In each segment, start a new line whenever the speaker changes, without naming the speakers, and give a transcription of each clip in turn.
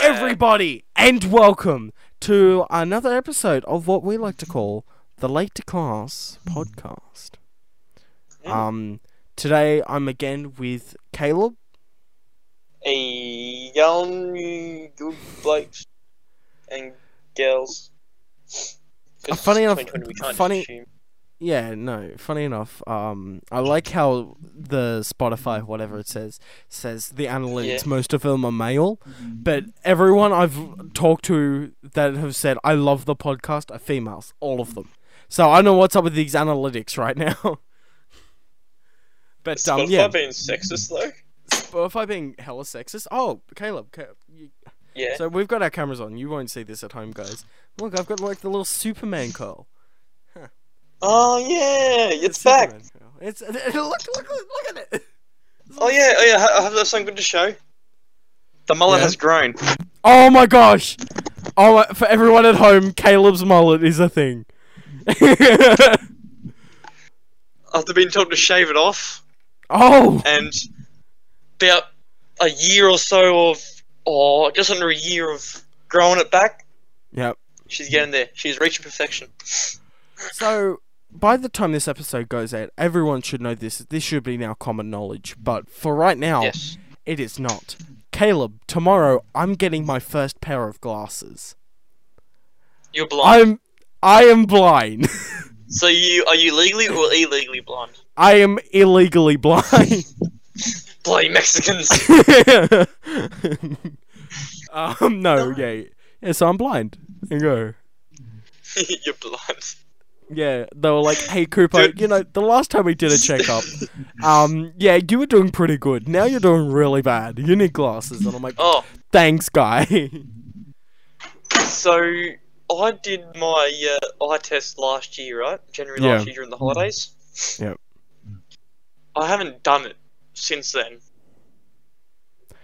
everybody, and welcome to another episode of what we like to call the Late to Class podcast. Um, today I'm again with Caleb,
a young good blokes and girls. 'Cause
Uh, Funny
it's
enough-
2020, we can't
funny-
assume.
Yeah, no. Funny enough, um, I like how the Spotify, whatever it says, says the analytics.
Yeah.
Most of them are male, but everyone I've talked to that have said I love the podcast are females. All of them. So I know what's up with these analytics right now. but
Spotify
um, yeah,
being sexist though.
Spotify being hella sexist. Oh, Caleb, Caleb you,
Yeah.
so we've got our cameras on. You won't see this at home, guys. Look, I've got like the little Superman curl.
oh yeah, it's back.
Superman curl. It's look, look, look at it.
Oh yeah, oh yeah. I I have something good to show. The mullet
Yeah.
has grown.
Oh my gosh! Oh, my, for everyone at home, Caleb's mullet is a thing.
After being told to shave it off,
oh,
and about a year or so of, or just under a year of growing it back,
yep.
she's getting there. She's reaching perfection.
So by the time this episode goes out, everyone should know this. This should be now common knowledge, but for right now,
Yes.
it is not. Caleb, tomorrow I'm getting my first pair of glasses.
You're blind.
I'm, I am blind.
So you are you legally or illegally blind?
I am illegally blind.
Bloody Mexicans.
um, no, yeah, yeah. So I'm blind. There you go.
You're blind.
Yeah, they were like, "Hey, Cooper,
Dude.
you know, the last time we did a checkup, um, yeah, you were doing pretty good. Now you're doing really bad. You need glasses." And I'm like,
Oh,
"Thanks, guy."
so I did my uh, eye test last year, right? January last
Yeah.
year during the holidays.
Yep.
I haven't done it since then.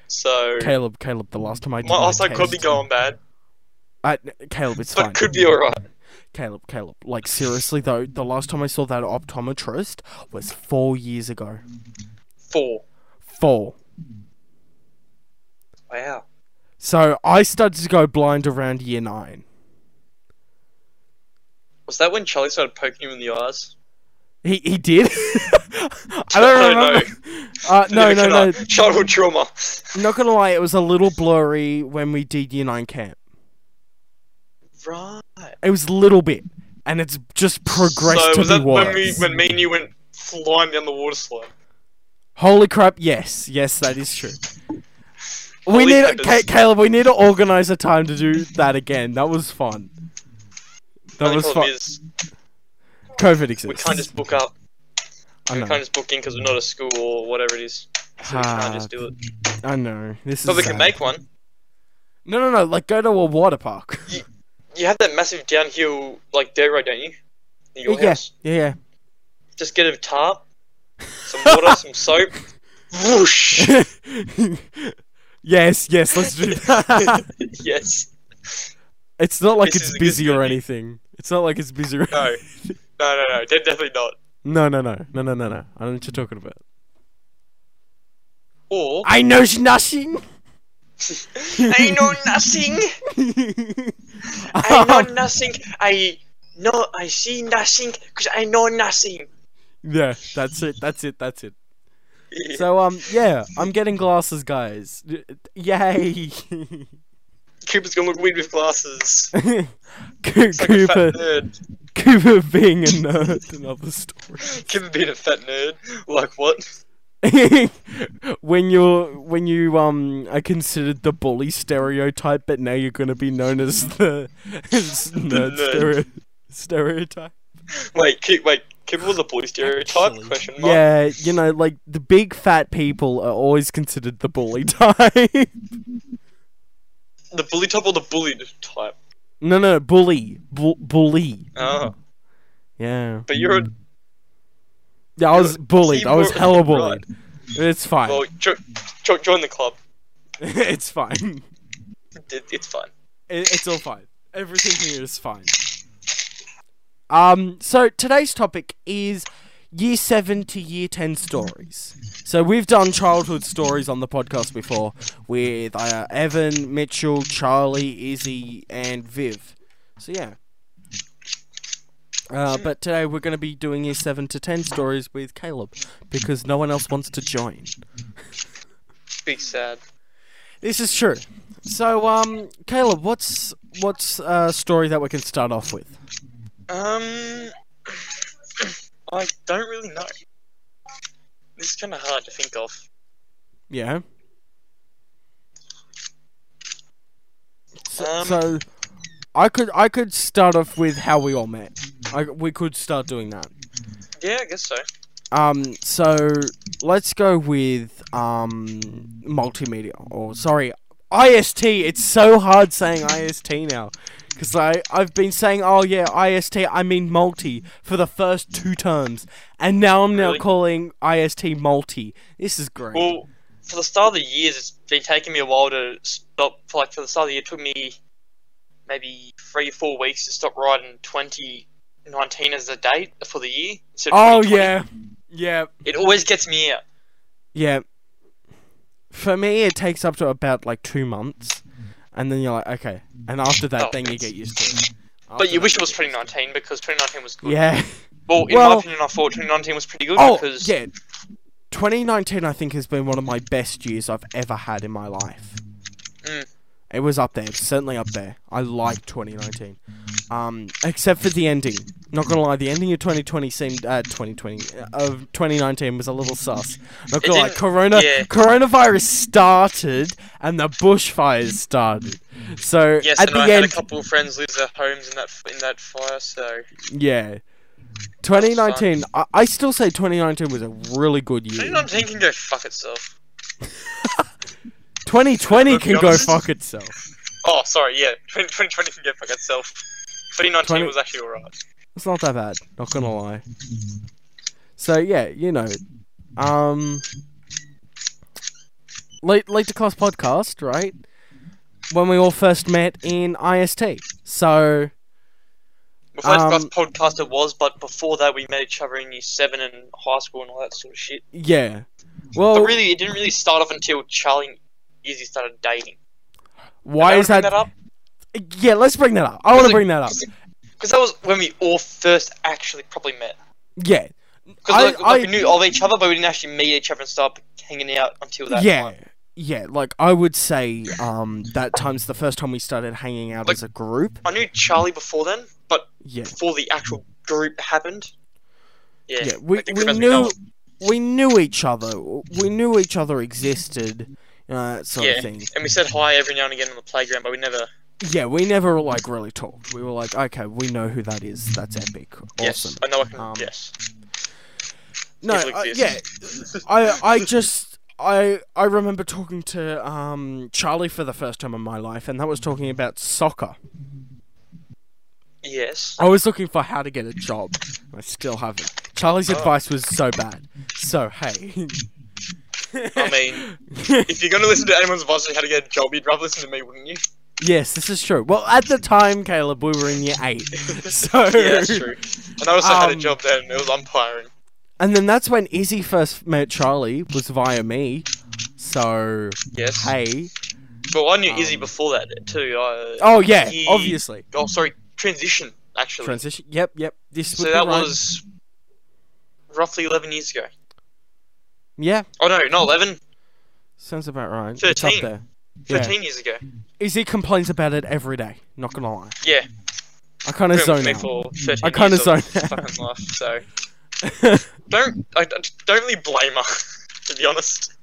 So
Caleb, Caleb, the last time I did
my
my
eyesight could be
test-
going bad,
I, Caleb, it's
but
fine.
could be alright.
Caleb, Caleb, like seriously though, the last time I saw that optometrist was four years ago.
Four.
Four.
Wow.
So I started to go blind around year nine.
Was that when Charlie started poking you in the eyes?
He he did. I don't
I don't
remember. Uh, no, no, no.
Childhood trauma.
Not gonna lie, it was a little blurry when we did Year Nine camp.
Right.
It was a little bit, and it's just progressed
so
to
was
be
that
worse.
when we when me and you went flying down the water slide?
Holy crap! Yes, yes, that is true. We
Holy
need Ca-
goodness.
Caleb. We need to organize a time to do that again. That was fun. That
Only
was
problem
fun.
is
COVID
we
exists.
can't just book up.
I
We
know.
can't just book in because we're not at school or whatever it is. So we
Ah,
can't just do it.
I know. This
But
is.
we can
sad.
make one.
No, no, no. Like go to a water park.
You have that massive downhill like dirt road, don't you? Near your
Yeah.
house.
Yeah, yeah.
Just get a tarp, some water, some soap. Whoosh.
yes, yes, let's do that.
yes.
it's not like
This
it's
is a good Uh,
busy or
movie.
anything. It's not like it's busy. Or...
No. No, no, no. de- Definitely not.
no, no, no, no, no, no, no. I know what you're talking about.
Or
I know nothing.
I know nothing. I know nothing. I know. I see nothing because I know nothing.
yeah, that's it. That's it. That's it. So um, yeah, I'm getting glasses, guys. Yay!
Cooper's gonna look weird with glasses.
Co-
It's like a
Cooper,
fat nerd.
Cooper being a nerd. Another story.
Cooper being a fat nerd. Like what?
when you're when you um are considered the bully stereotype, but now you're gonna be known as the as nerd stereo-
nerd.
stereotype.
Wait, keep, wait, Cooper was a bully stereotype?
Actually,
question mark.
Yeah, you know, like the big fat people are always considered the bully type.
The bully type or the bullied type?
no, no, bully, Bu- bully.
Oh,
Yeah,
but you're a
yeah, I was
You're-
bullied.
see,
I was
we're-
hella
right.
bullied. It's fine.
well. Jo- jo- join the club.
it's fine.
It, it's fine.
It, it's all fine. Everything here is fine. Um, so today's topic is year seven to year ten stories. So we've done childhood stories on the podcast before with uh, Evan, Mitchell, Charlie, Izzy, and Viv. So yeah. Uh, but today we're going to be doing year seven to ten stories with Caleb because no one else wants to join.
Big sad.
This is true. So, um, Caleb, what's what's a story that we can start off with?
Um, I don't really know. This is kind of hard to think of.
Yeah. So,
Um,
so I could I could start off with how we all met. I, we could start doing that.
Yeah, I guess so.
Um, so let's go with um multimedia or sorry IST. It's so hard saying IST now because I I've been saying oh yeah IST I mean multi for the first two terms and now I'm now
Really?
calling IST multi. This is great.
Well, for the start of the years, it's been taking me a while to stop. Like for the start of the year, it took me maybe three or four weeks to stop writing 2019 as the date for the year. instead of
oh
2020.
yeah, yeah,
It always gets me out.
yeah. For me, it takes up to about like two months, and then you're like okay, and after that,
Oh,
then you
it's-
get used to it. After
But you
that,
wish it was
get used to
2019 because 2019 was good.
Yeah.
Well, in
Well-
my opinion, I thought 2019 was pretty good
Oh,
because
yeah. 2019, I think, has been one of my best years I've ever had in my life.
Mm.
It was up there, certainly up there. I like 2019, um, except for the ending. Not gonna lie, the ending of 2020 seemed uh, 2020 uh, of 2019 was a little sus. Not gonna lie,
didn't-
Corona
yeah.
coronavirus started and the bushfires started. So
yes,
at
and
the
I
end,
had a couple of friends lose their homes in that in that fire. So
yeah. 2019, I, I still say 2019 was a really good year.
2019 can go fuck itself.
2020
Let's be
can go
honest.
fuck itself.
Oh, sorry, yeah, 20- 2020 can go fuck itself. 2019
Twenty-
was actually alright.
It's not that bad, not gonna lie. So yeah, you know, um, late late to class podcast, right? When we all first met in IST. So
My first
Um,
podcast it was, but before that we met each other in year seven and high school and all that sort of shit.
yeah,
But
well,
really, it didn't really start off until Charlie and Izzy started dating.
why
I
is
wanna
that?
bring that up?
Yeah, let's bring that up. I want to
Because it-
bring that up.
Because that was when we all first actually probably met.
Yeah, I-
Because like, like
I-
we knew of each other, but we didn't actually meet each other and start hanging out until that
yeah,
time.
yeah. Like I would say, um, that time's the first time we started hanging out
Like-
as a group.
I knew Charlie before then, but
Yeah.
before the actual group happened. Yeah,
Yeah, we,
like the
we
group as know
knew
it.
we knew each other. We knew each other existed, uh, that sort
Yeah.
of thing.
and we said hi every now and again on the playground, but we never.
Yeah, we never like really talked. We were like, okay, we know who that is. That's epic.
Yes,
Awesome.
I know I can.
Um,
yes,
No,
people
uh, yeah,
exist.
I I just I I remember talking to um Charlie for the first time in my life, and that was talking about soccer.
yes.
I was looking for how to get a job. I still haven't. Charlie's
Oh.
advice was so bad. So hey.
I mean, if you're gonna listen to anyone's advice on how to get a job, you'd rather listen to me, wouldn't you?
Yes, this is true. Well, at the time, Caleb, we were in year eight, so
Yeah, that's true. And I also had a
Um,
job then. It was umpiring.
And then that's when Izzy first met Charlie was via me. So
Yes.
hey,
But I knew Izzy
um,
before that too. I,
oh yeah,
Ye-
obviously
oh, sorry, transition actually.
transition. Yep, yep. This
so
would be
that
right.
was roughly 11 years ago.
yeah,
Oh no, not 11.
sounds about right. It's up
13.
there. Yeah.
13 years ago.
Izzy complains about it every day. Not gonna lie,
Yeah.
I kind of
been
zone
with me
out.
for 13
I kinda
years of
zoned out.
Fucking life. So don't I, I don't really blame her. To be honest,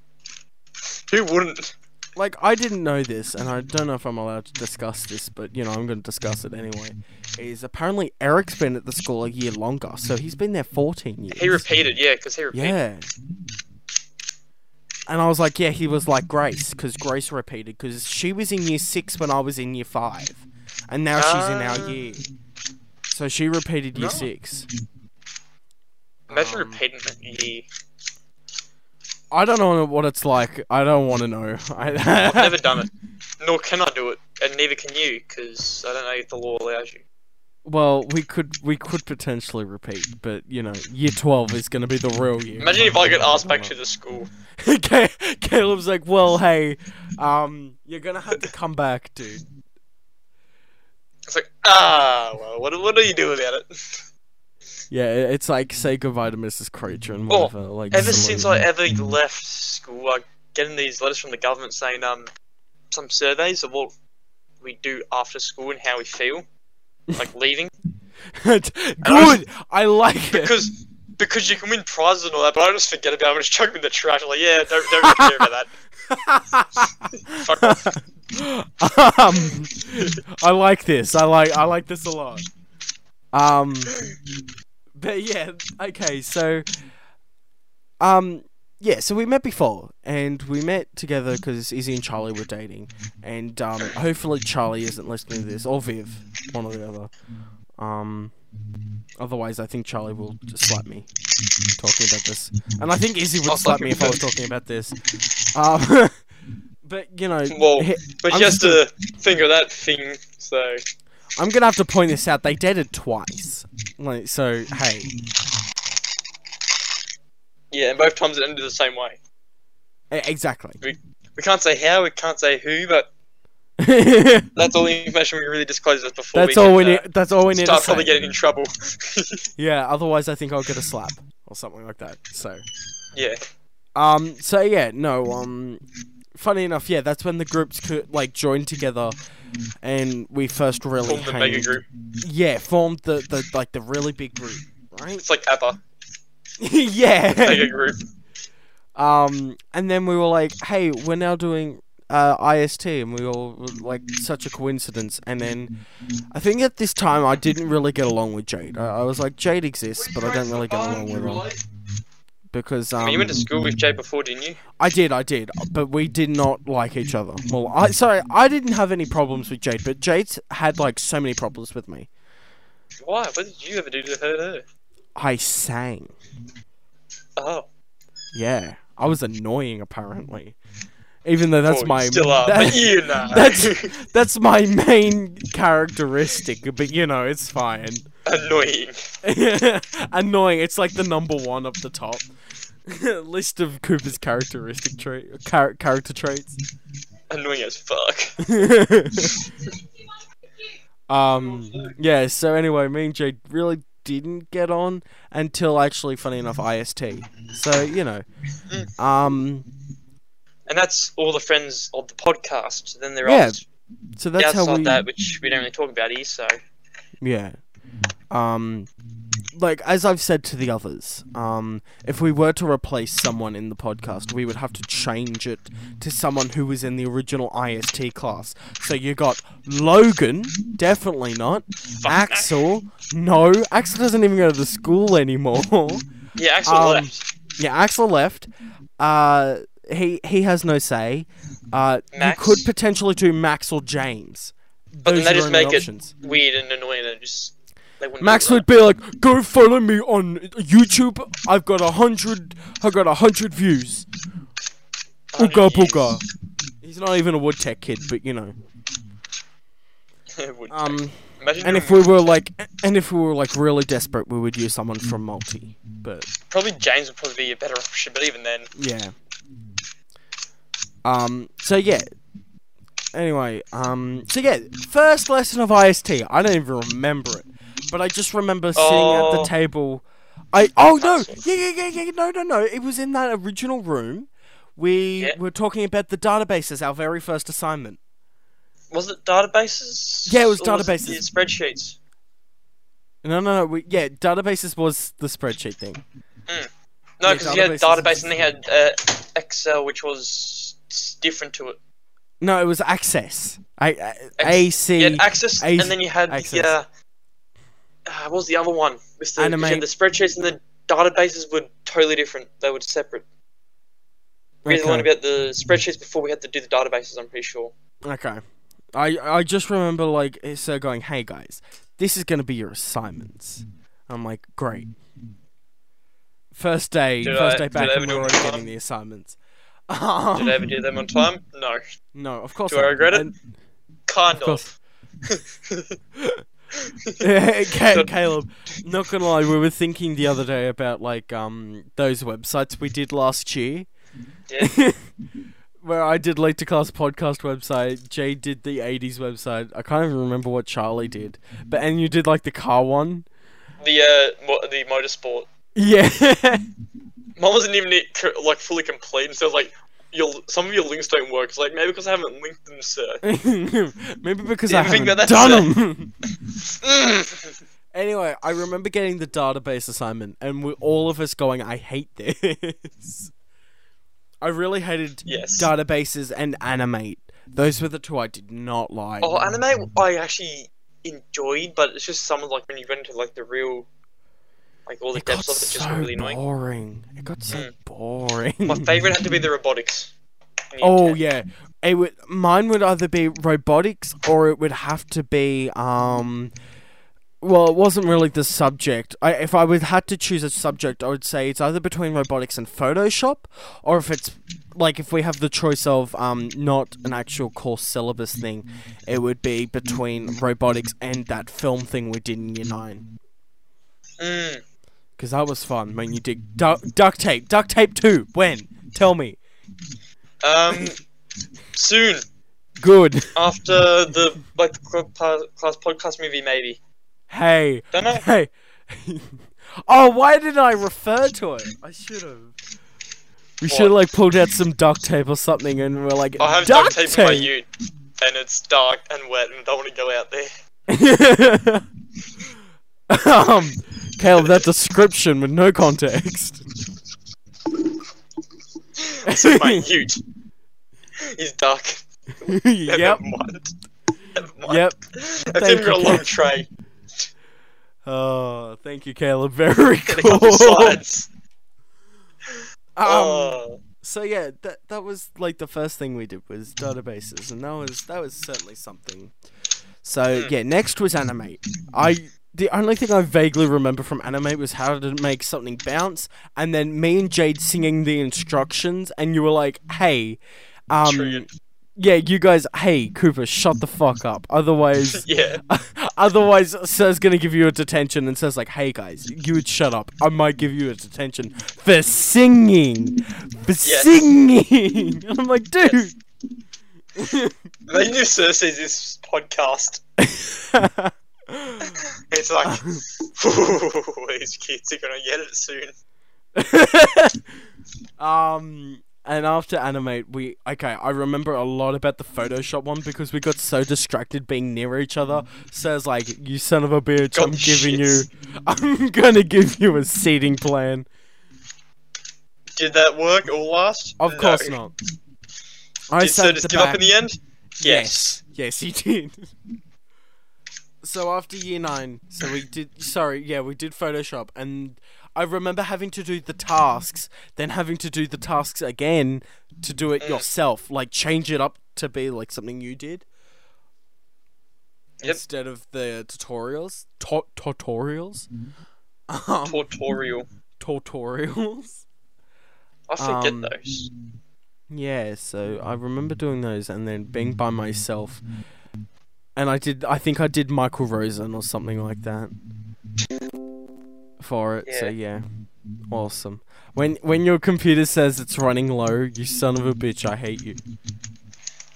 who wouldn't?
like I didn't know this, and I don't know if I'm allowed to discuss this, but you know I'm going to discuss it anyway. Is apparently Eric's been at the school a year longer, so he's been there 14 years.
He repeated, yeah, because he repeated.
Yeah. And I was like, yeah, he was like Grace, because Grace repeated, because she was in year six when I was in year five, and now she's in
Ah.
our year. So she repeated year
No.
six.
Imagine
Um,
repeating that year.
I don't know what it's like. I don't want to know.
I've
I
never done it, nor can I do it, and neither can you, because I don't know if the law allows you.
Well, we could we could potentially repeat, but you know, year twelve is going to be the real year.
Imagine if I get asked back to the school.
Ca- Caleb's like, well, hey, um, you're gonna have to come back, dude.
It's like, ah, well, what, what do you do about it?
Yeah, i- it's like say goodbye to Mrs. Creature and
Oh,
whatever. like
Ever since I
salute.
ever left school, I'm getting these letters from the government saying um some surveys of what we do after school and how we feel, like leaving,
good, I like it.
because because you can win prizes and all that. But I just forget about. It. I'm just chucking the trash. I'm like, yeah, don't don't really care about that. Fuck off.
um, I like this. I like I like this a lot. Um, but yeah, okay. So, um, yeah. So we met before, and we met together because Izzy and Charlie were dating, and um, hopefully Charlie isn't listening to this or Viv, one or the other. Um, otherwise I think Charlie will just slap me talking about this, and I think Izzy would
I'll
slap
slap
me
you
if I was
too.
talking about this. Um, but you know,
Well,
he-
But
I'm
she has
just gonna-
to think of that thing. So
I'm gonna have to point this out. They dated twice. Like, so hey, e,
yeah, and both times it ended the same way.
E- exactly.
We can't say how, we can't say who, but
that's
that's all the information we can really disclose as before. we
all
can,
we
uh,
need. That's all we need. To
Start probably
say.
getting in trouble.
Yeah. Otherwise, I think I'll get a slap or something like that. So,
yeah.
um, so yeah, no, um, funny enough, yeah, that's when the groups could like joined together, and we first really
Form the
hanged.
mega group.
Yeah, formed the the like the really big group, right?
It's like ABBA.
yeah.
Mega group.
Um, and then we were like, hey, we're now doing uh, IST, and we all were like such a coincidence. And then I think at this time I didn't really get along with Jade. I, I was like, Jade exists, but I don't really get along with her because um,
I mean, you went to school with Jay before, didn't you?
I did, I did, but we did not like each other. Well, I sorry, I didn't have any problems with Jade, but Jade had like so many problems with me.
Why? What did you ever do to her? her?
I sang,
Oh,
yeah, I was annoying apparently, even though that's
oh,
my
you still are.
that-
but you know.
That's that's my main characteristic, but you know it's fine.
annoying.
Annoying. It's like the number one up the top list of Cooper's characteristic trait, char- character traits.
Annoying as fuck.
um. Yeah. So anyway, me and Jade really didn't get on until actually, funny enough, IST. So you know, um.
And that's all the friends of the podcast. Then there are
Yeah,
others
So that's
outside
how we.
that, which we don't really talk about here, so.
Yeah. Um like as I've said to the others, um if we were to replace someone in the podcast, we would have to change it to someone who was in the original IST class. So you got Logan, definitely not. Axel, no. Axel doesn't even go to the school anymore.
Yeah, Axel
Um,
left.
yeah, Axel left. Uh he he has no say. Uh
Max?
you could potentially do Max or James.
But
Those
then they
are your
just
only
make it
options.
weird and annoying and just. They wouldn't
Max
do
would
that.
be like, "Go follow me on YouTube. I've got a hundred. I got a hundred views. Ooga booga." He's not even a wood tech kid, but you know.
It would take-
Um,
Imagine
and
doing-
if we were like, and if we were like really desperate, we would use someone from Multi. But
probably James would probably be a better option, but even then,
yeah. Um. So yeah. Anyway. Um. So yeah. First lesson of IST. I don't even remember it, but I just remember sitting at the
Oh.
table. I oh no
Classic.
yeah yeah yeah yeah no no no it was in that original room. We
Yeah.
were talking about the databases, our very first assignment.
was it databases?
Yeah, it was
Or
databases.
the spreadsheets.
No no no we, yeah databases was the spreadsheet thing.
No,
Yeah,
because you had
databases.
database and they had uh, Excel, which was s- different to it.
No, it was access. I, I
Ex-
AC
You had Access,
Ac-
and then you had
Access.
the. Uh, uh, what was the other one? With the, you
Animate.
had the spreadsheets and the databases were totally different. They were separate. We had to learn
okay.
about the spreadsheets before we had to do the databases. I'm pretty sure.
okay. I I just remember like so going, hey guys, this is gonna be your assignments. I'm like, great. First day,
Did
first
I-
day
did
back,
I
and
ever
we
do
we're
it
already
on time?
getting the assignments. Um,
Did I ever do them on time? No,
No, of course.
Do I
not.
regret it?
And-
kind
Of
of.
course. Ca- Caleb, not gonna lie, we were thinking the other day about like um those websites we did last year,
Yeah.
where I did late to class podcast website, Jay did the '80s website. I can't even remember what Charlie did, but and you did like the car one.
The uh, mo- the motorsport.
Yeah,
Mine wasn't even it co- like fully complete. So like, your some of your links don't work. It's like maybe because I haven't linked them, sir.
maybe because I
Didn't think
haven't
that that's
done them.
Mm.
Anyway, I remember getting the database assignment, and we all of us going, "I hate this." I really hated
Yes.
databases and animate. Those were the two I did not like.
Oh, anime I actually enjoyed, but it's just some of like when you went into like the real, like all the
it got
depths of it, just
so
really annoying.
boring. It got so
Mm.
boring.
My favorite had to be the robotics. in year
oh
10.
yeah, it would. Mine would either be robotics or it would have to be um. Well, it wasn't really the subject. I, if I would had to choose a subject, I would say it's either between robotics and Photoshop, or if it's like if we have the choice of um not an actual course syllabus thing, it would be between robotics and that film thing we did in year nine.
Mm.
Because that was fun when you did du- duct tape. Duct tape two. When? Tell me.
Um. soon
Good.
after the like the cl- pa- class podcast movie, maybe.
Hey.
Don't know.
Hey. oh, why did I refer to it? I should have. We
What?
should have like pulled out some duct tape or something, and we're like,
I have
duct
duct tape in my ute, and it's dark and wet, and I don't want to go out there.
um, Caleb, that description with no context.
So my ute is dark.
yep.
Never mind. Never mind.
Yep.
That's
Thank
even got a
you.
long tray.
Oh, thank you, Caleb. Very
Got a couple
cool.
sides.
Oh, Um,
Oh.
so yeah, that that was like the first thing we did was databases, and that was that was certainly something. So yeah, next was animate. I the only thing I vaguely remember from animate was how to make something bounce, and then me and Jade singing the instructions, and you were like, "Hey, um,
Triggered.
yeah, you guys, hey Cooper, shut the fuck up, otherwise."
Yeah.
Otherwise, Sir's gonna give you a detention and says like, "Hey guys, you would shut up. I might give you a detention for singing, for
Yes.
singing." And I'm like, dude.
Imagine if Sir sees this podcast. It's like, these kids are gonna get it soon.
um, and after animate, we okay. I remember a lot about the Photoshop one because we got so distracted being near each other. Sir's like, "You son of a bitch!
God,
I'm giving
Oh, shit.
you, I'm gonna give you a seating plan."
Did that work all last?
Of
No.
course not. I
Did Sir
said
just
the
give up
back-
in the end?
Yes. Yes, he did. so after year nine, so we did. Sorry, yeah, we did Photoshop, and I remember having to do the tasks, then having to do the tasks again to do it yourself, like change it up to be like something you did.
Yep.
Instead of the tutorials, tu- tutorials, um,
Tutorial.
tutorials.
I forget
Um,
those.
Yeah, so I remember doing those and then being by myself. And I did I think I did Michael Rosen or something like that. For it, so yeah. Awesome. When when your computer says it's running low, you son of a bitch, I hate you.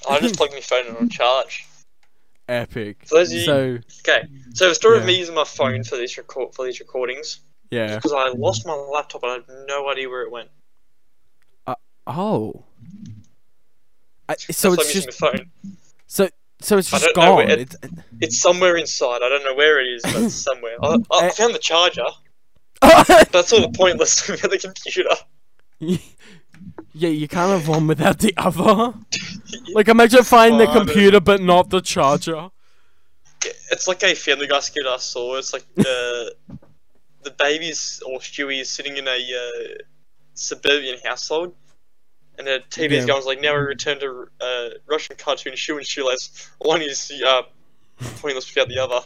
I just plugged my phone in on charge.
Epic.
For those of you-
So
Okay, so the story of
Yeah. Mm.
me using my phone for these record for these recordings
yeah.
because I lost my laptop and I had no idea where it went.
Oh. I, so
That's why
it's
I'm
just
using my phone.
so so it's
I
just
don't know
gone.
where it-
It's,
It's somewhere inside. I don't know where it is, but it's somewhere. I, I
Eh.
found the charger. That's sort of pointless to me on the computer.
Yeah, you can't have one without the other. Like, imagine finding the
Fine.
computer but not the charger.
It's like a Family Guy skit I saw. It's like the the baby's or Stewie is sitting in a uh, suburban household, and the TV's
Yeah.
going it's like now we return to uh, Russian cartoon shoe and shoelace. One is uh, pointless without the other.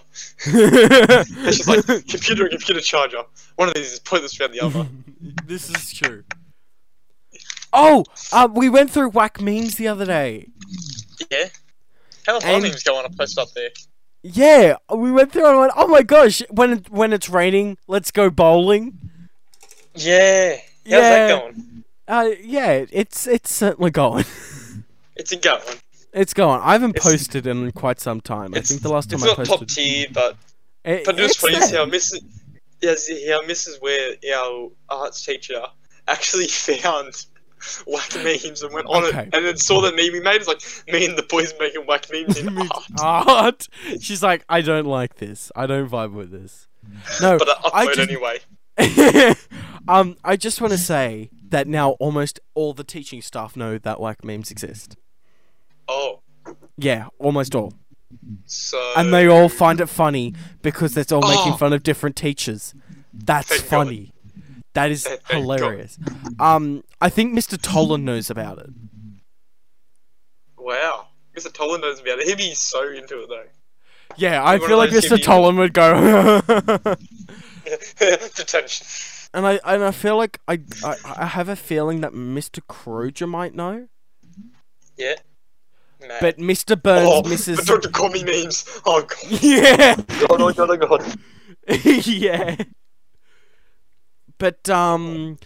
It's just like computer and computer charger. One of these is pointless without the other.
this is true. Oh, uh, we went through whack memes the other day.
yeah. How much
And-
memes go on a post up there?
Yeah, we went through and went, oh my gosh, when it, when it's raining, let's go bowling.
Yeah. How's that
Yeah.
going?
Uh, yeah, it's it's certainly going.
It's a going.
It's going. I haven't
It's-
posted in quite some time. I
It's,
think the last time
it's
I
not top
posted.
tier, but
it-
but it was
it's
funny
there.
how Mrs. Yes, how Mrs. Where our arts teacher actually found whack memes and went on
Okay.
it, and then saw that meme we made. It's like me and the boys making whack memes in
Memes. art.
art.
She's like, I don't like this. I don't vibe with this. No,
But I upload
I just-
anyway.
um, I just want to say that now almost all the teaching staff know that whack memes exist.
Oh,
Yeah, almost all,
so
and they all find it funny because they're all making
Oh.
fun of different teachers. That's
Thank God.
funny. That is
Thank God.
hilarious. Um, I think Mr. Tolan knows about it.
wow. Mr. Tolan knows about it. He'd be so into it though.
Yeah, I
You're one
feel
of
like
those
Mr.
people-
Tolan would go.
Detention.
and I and I feel like I, I I have a feeling that Mr. Croger might know,
Yeah. Man.
but Mr. Burns
oh,
misses.
But Dr. Commie memes. Oh god.
yeah,
God, oh god, oh god.
yeah. But um,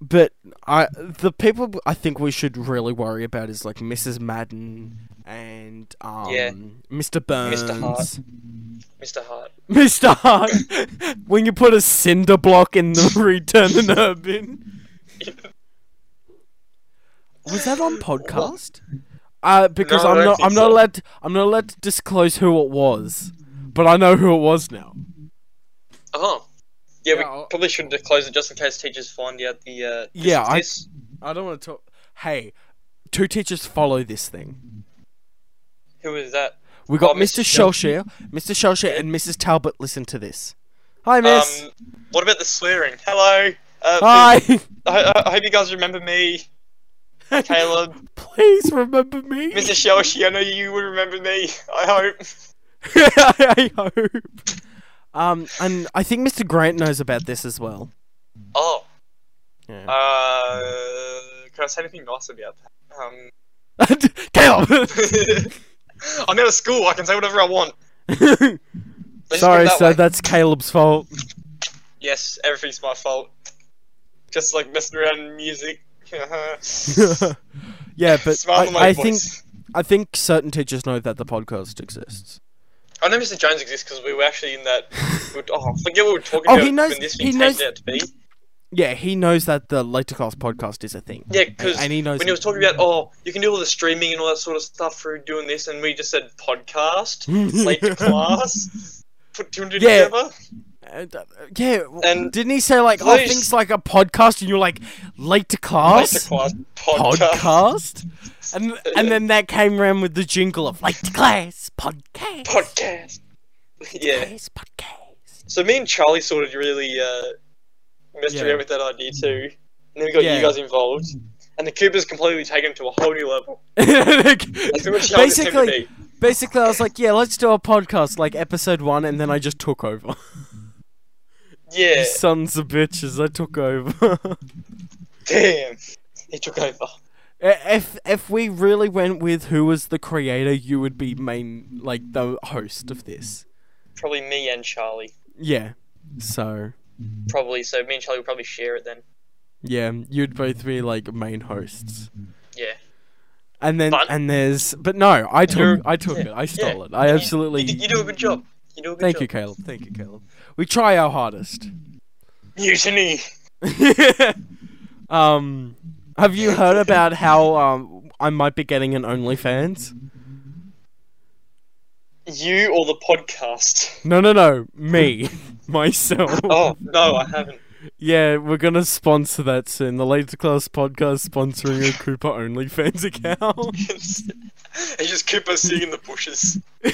but I the people I think we should really worry about is like Mrs. Madden and um
Yeah.
Mr. Burns,
Mr. Hart. Mr. Hart.
Mr. Hart. when you put a cinder block in the return the herb bin. Was that on podcast? Uh, because
No, I
I'm
don't
not.
think
I'm not
so.
allowed. To, I'm not allowed to disclose who it was, but I know who it was now.
Oh. Yeah, we
Yeah, I'll-
probably shouldn't disclose it just in case teachers find out the. Uh, this
Yeah,
is
I-
this.
I don't want to talk. Hey, two teachers follow this thing.
Who is that?
We got
Oh,
Mr.
Mrs.
Shellshare, Mr. Shellshare, and Mrs. Talbot. Listen to this. Hi, Miss.
Um, what about the swearing? Hello. Uh,
Hi.
I, I, I hope you guys remember me, Caleb,
Please remember me.
Mr. Shelshi. I know you would remember me. I hope.
I hope. Um, and I think Mr. Grant knows about this as well.
Oh.
Yeah.
Uh, can I say anything nice about that? Um,
Caleb.
I'm out of school. I can say whatever I want. Let's just put it
Sorry, so
way.
that's Caleb's fault.
Yes, everything's my fault. Just like messing around in music.
yeah, but
Smile
I,
on my
I think
voice.
I think certain teachers know that the podcast exists.
I know Mr. Jones exists because we were actually in that. we were- oh, I forget what we were talking
Oh,
about
he knows-
when this
he
thing
knows-
turned out to be.
Yeah, he knows that the Later Class podcast is a thing.
Yeah, because
and he knows
when he was talking about, oh, you can do all the streaming and all that sort of stuff through doing this, and we just said podcast, late to class, put two and two
Yeah.
together.
Uh, d- uh, yeah, w-
And
didn't he say like, oh,
those-
things like a podcast, and you're like, late to
Late to
class,
class, podcast.
podcast, and and then that came around with the jingle of late to class podcast,
Podcast. Yeah.
Class, podcast.
So me and Charlie sort of really uh, messed
Yeah.
around with that idea too, and then we got
Yeah.
you guys involved, and the Cooper's completely taken it to a whole new level. That's pretty much how it's meant to
basically,
be.
basically, I was like, yeah, let's do a podcast, like episode one, and then I just took over.
yeah,
You sons of bitches, I took over.
damn, he took over.
If if we really went with who was the creator, you would be main like the host of this.
Probably me and Charlie.
Yeah. So
Probably so. Me and Charlie will probably share it then.
yeah, you'd both be like main hosts.
Yeah.
And then
But-
and there's but no, I took
You're-
I took
yeah,
it. I stole
yeah.
it. I
You-
absolutely
You, you do a good job. You do a good
Thank you,
job.
Caleb. Thank you, Caleb. We try our hardest.
Mutiny.
um have you heard about how um I might be getting an OnlyFans?
You or the podcast?
No no no, me. myself.
Oh no, I haven't.
Yeah, we're gonna sponsor that soon. The Later Class Podcast sponsoring a Cooper OnlyFans account.
it's just Cooper sitting in the bushes. He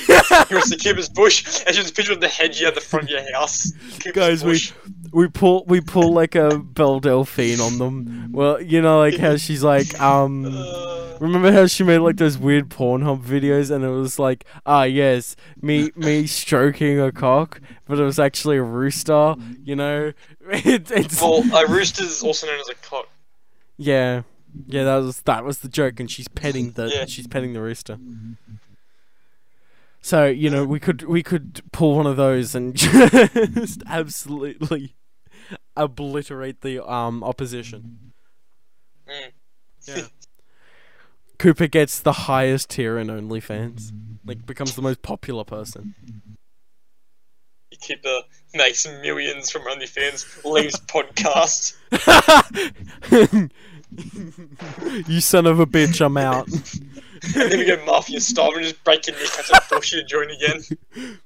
was the Cooper's bush, and just picture of the hedge at the front of your house. Cooper's
Guys, we
bush.
we pull we pull like a Belle Delphine on them. Well, you know, like how she's like, um,
Uh,
remember how she made like those weird Pornhub videos, and it was like, ah, yes, me me stroking a cock, but it was actually a rooster. You know, it, it's
well, a uh, rooster is also known as a cock.
yeah, yeah. That was that was the joke, and she's petting the
Yeah.
she's petting the rooster. So you know we could we could pull one of those and just absolutely obliterate the um opposition.
Mm.
Yeah. Cooper gets the highest tier in OnlyFans, like becomes the most popular person.
You keep the makes millions from OnlyFans, leaves podcast.
you son of a bitch! I'm out.
And then we go mafia style and just break your neck out of bush and join again.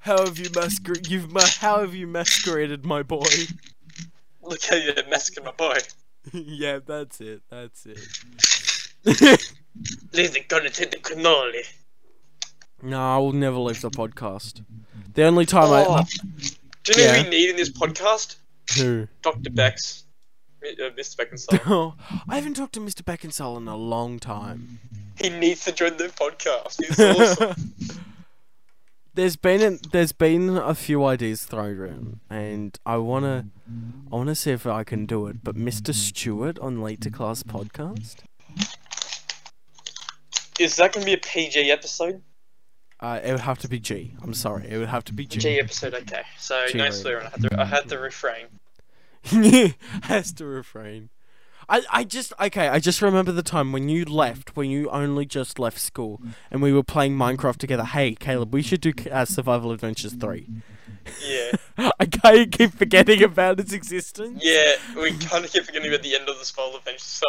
How have you masquer- You've ma- how have you masqueraded, my boy?
Look how you're massacring my boy.
yeah, that's it. That's it.
Leave the gun and take the cannoli.
no, I will never leave the podcast. The only time
Oh. Do you know
Yeah.
who we need in this podcast?
I who
Dr. Bex. Uh, Mr. Beckinsale.
I haven't talked to Mr. Beckinsale in a long time.
he needs to join the podcast. He's awesome.
there's been an, there's been a few ideas thrown around, and I wanna I wanna see if I can do it. But Mr. Stewart on Late to Class podcast,
Is that going to be a PG episode?
uh, it would have to be G. I'm sorry, it would have to be
G episode, okay. So,
G
no
rated.
swearing. I had to, I had to refrain.
has to refrain. I, I just okay. I just remember the time when you left, when you only just left school, and we were playing Minecraft together. Hey, Caleb, we should do uh, Survival Adventures three.
Yeah.
I can't keep forgetting about its existence.
Yeah, we kind of keep forgetting about the end of the spoil adventure, so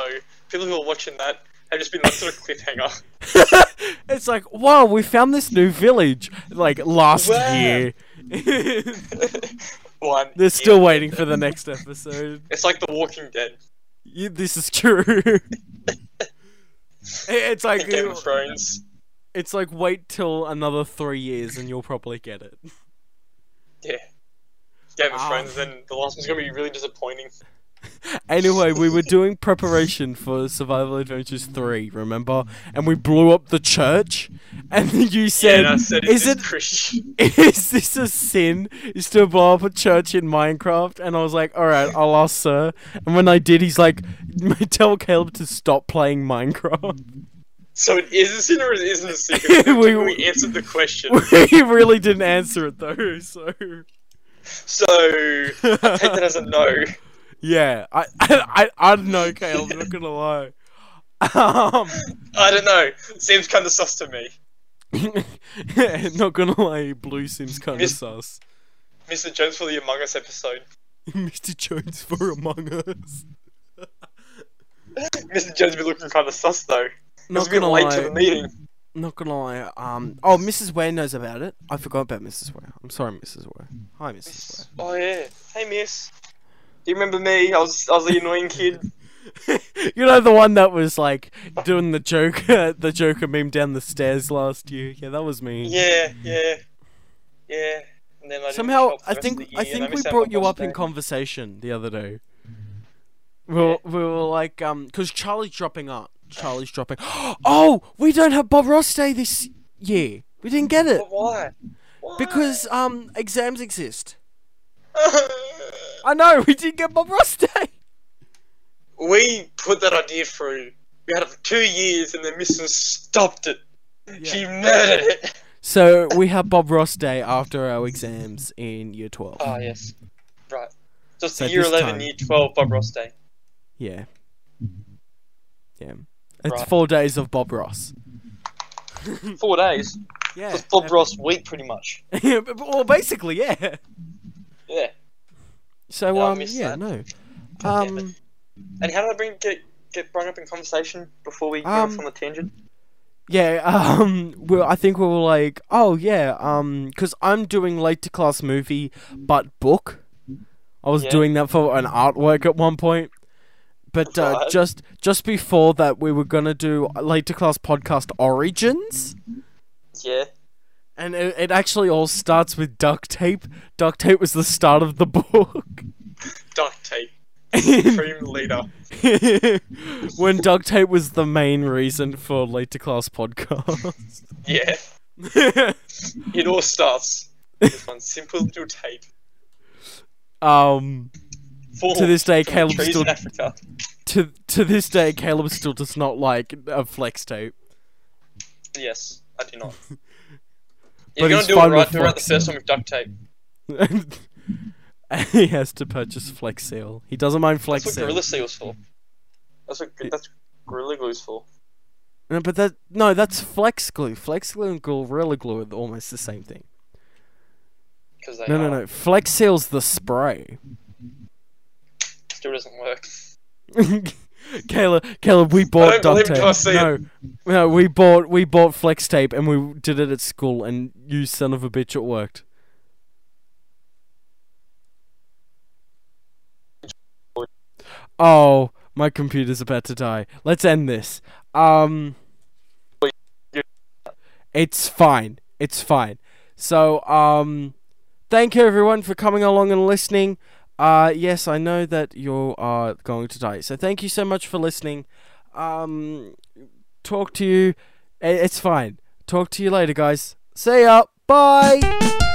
people who are watching that have just been left with a cliffhanger.
it's like, wow, we found this new village like last
Wow.
year.
One.
They're
year
still waiting
later.
for the next episode.
It's like The Walking Dead
Yeah, this is true. It- it's like uh,
and Game of Thrones.
It's like wait till another three years and you'll probably get it.
Yeah. Game of
Ah.
Thrones, and the last one's gonna be really disappointing.
Anyway, we were doing preparation for Survival Adventures 3, remember? And we blew up the church. And then you
Yeah,
said,
and I said,
is,
is
it,
this Christian?
is this a sin? Is to blow up a church in Minecraft? And I was like, alright, I'll ask sir. And when I did, he's like, tell Caleb to stop playing Minecraft.
So it is a sin or it isn't a sin? 'Cause
We-
we, we answered the question.
he really didn't answer it though, so.
So I take that as a no.
Yeah, I, I, I, I don't know, Caleb, I'm not gonna lie. Um,
I don't know. Seems kind of sus to me.
not gonna lie, Blue seems kind of
Mis-
sus.
Mr. Jones for the Among Us episode.
Mr. Jones for Among Us.
Mr. Jones be looking kind of sus though. He's
Not
been
gonna
late to the
lie.
meeting.
Not gonna lie. Um. Oh, Mrs. Ware knows about it. I forgot about Mrs. Ware. I'm sorry, Mrs. Ware. Hi, Mrs.
Oh yeah. Hey miss. Do you remember me? I was I was the annoying kid.
Ware. you know the one that was like doing the Joker, the Joker meme down the stairs last year. Yeah, that was me.
Yeah, yeah. Yeah. And then I didn't
Somehow,
help the
I
rest of
think
the
I
year, and
think we
missed out
brought
on
you
Mother's
up in
Day.
conversation the other day. We were, we were like, um, because Charlie's dropping out. Charlie's dropping. Oh, we don't have Bob Ross Day this year. We didn't get it
But why? Why?
because um exams exist. I know we didn't get Bob Ross Day.
we put that idea through. We had it for two years and then Mrs. stopped it. She murdered it.
So we have Bob Ross Day after our exams in year twelve.
Ah, yes. Right. So it's
So
the year
this
11,
time-
year 12 Bob Ross Day.
Yeah. Yeah. It's
Right.
four days of Bob Ross.
Four days.
Mm. Yeah.
It's Bob Ross week, pretty much.
well, basically, yeah.
Yeah.
So
Yeah, I
um
missed
yeah
that.
no,
damn
um
And how did I bring get get brought up in conversation before we went
Um,
off on the tangent?
yeah um well I think we were like oh yeah um because I'm doing late to class movie but book, I was
Yeah.
doing that for an artwork at one point, but uh,
Right.
just just before that we were gonna do late to class podcast origins.
Yeah.
And it, it actually all starts with duct tape. Duct tape was the start of the book.
Duct tape. Cream leader.
when duct tape was the main reason for late to class podcast.
Yeah. It all starts with one simple little tape.
um,
Four
to this day,
from
Caleb
trees
still
in Africa.
to to this day Caleb still does not like uh, flex tape.
Yes, I do not.
But
You're gonna
he's
do it
fine with
right. Do it right the
flexing.
first time with duct tape.
he has to purchase Flex Seal. He doesn't mind Flex
That's what
Seal.
gorilla seal's for. That's what that's what gorilla glue's for.
No, but that no, that's Flex Glue. Flex Glue and Gorilla Glue are almost the same thing.
Because they
No, no,
are.
no. Flex Seal's the spray.
Still doesn't work.
Caleb, Caleb, we bought
don't believe
duct
it till I
tape.
see
No, no, we bought we bought Flex Tape and we did it at school. And you son of a bitch, it worked. Oh, my computer's about to die. Let's end this. Um, it's fine. It's fine. So, um, thank you everyone for coming along and listening. Uh, yes, I know that you are going to die. So thank you so much for listening. Um, talk to you. i- It's fine. Talk to you later, guys. See ya. Bye.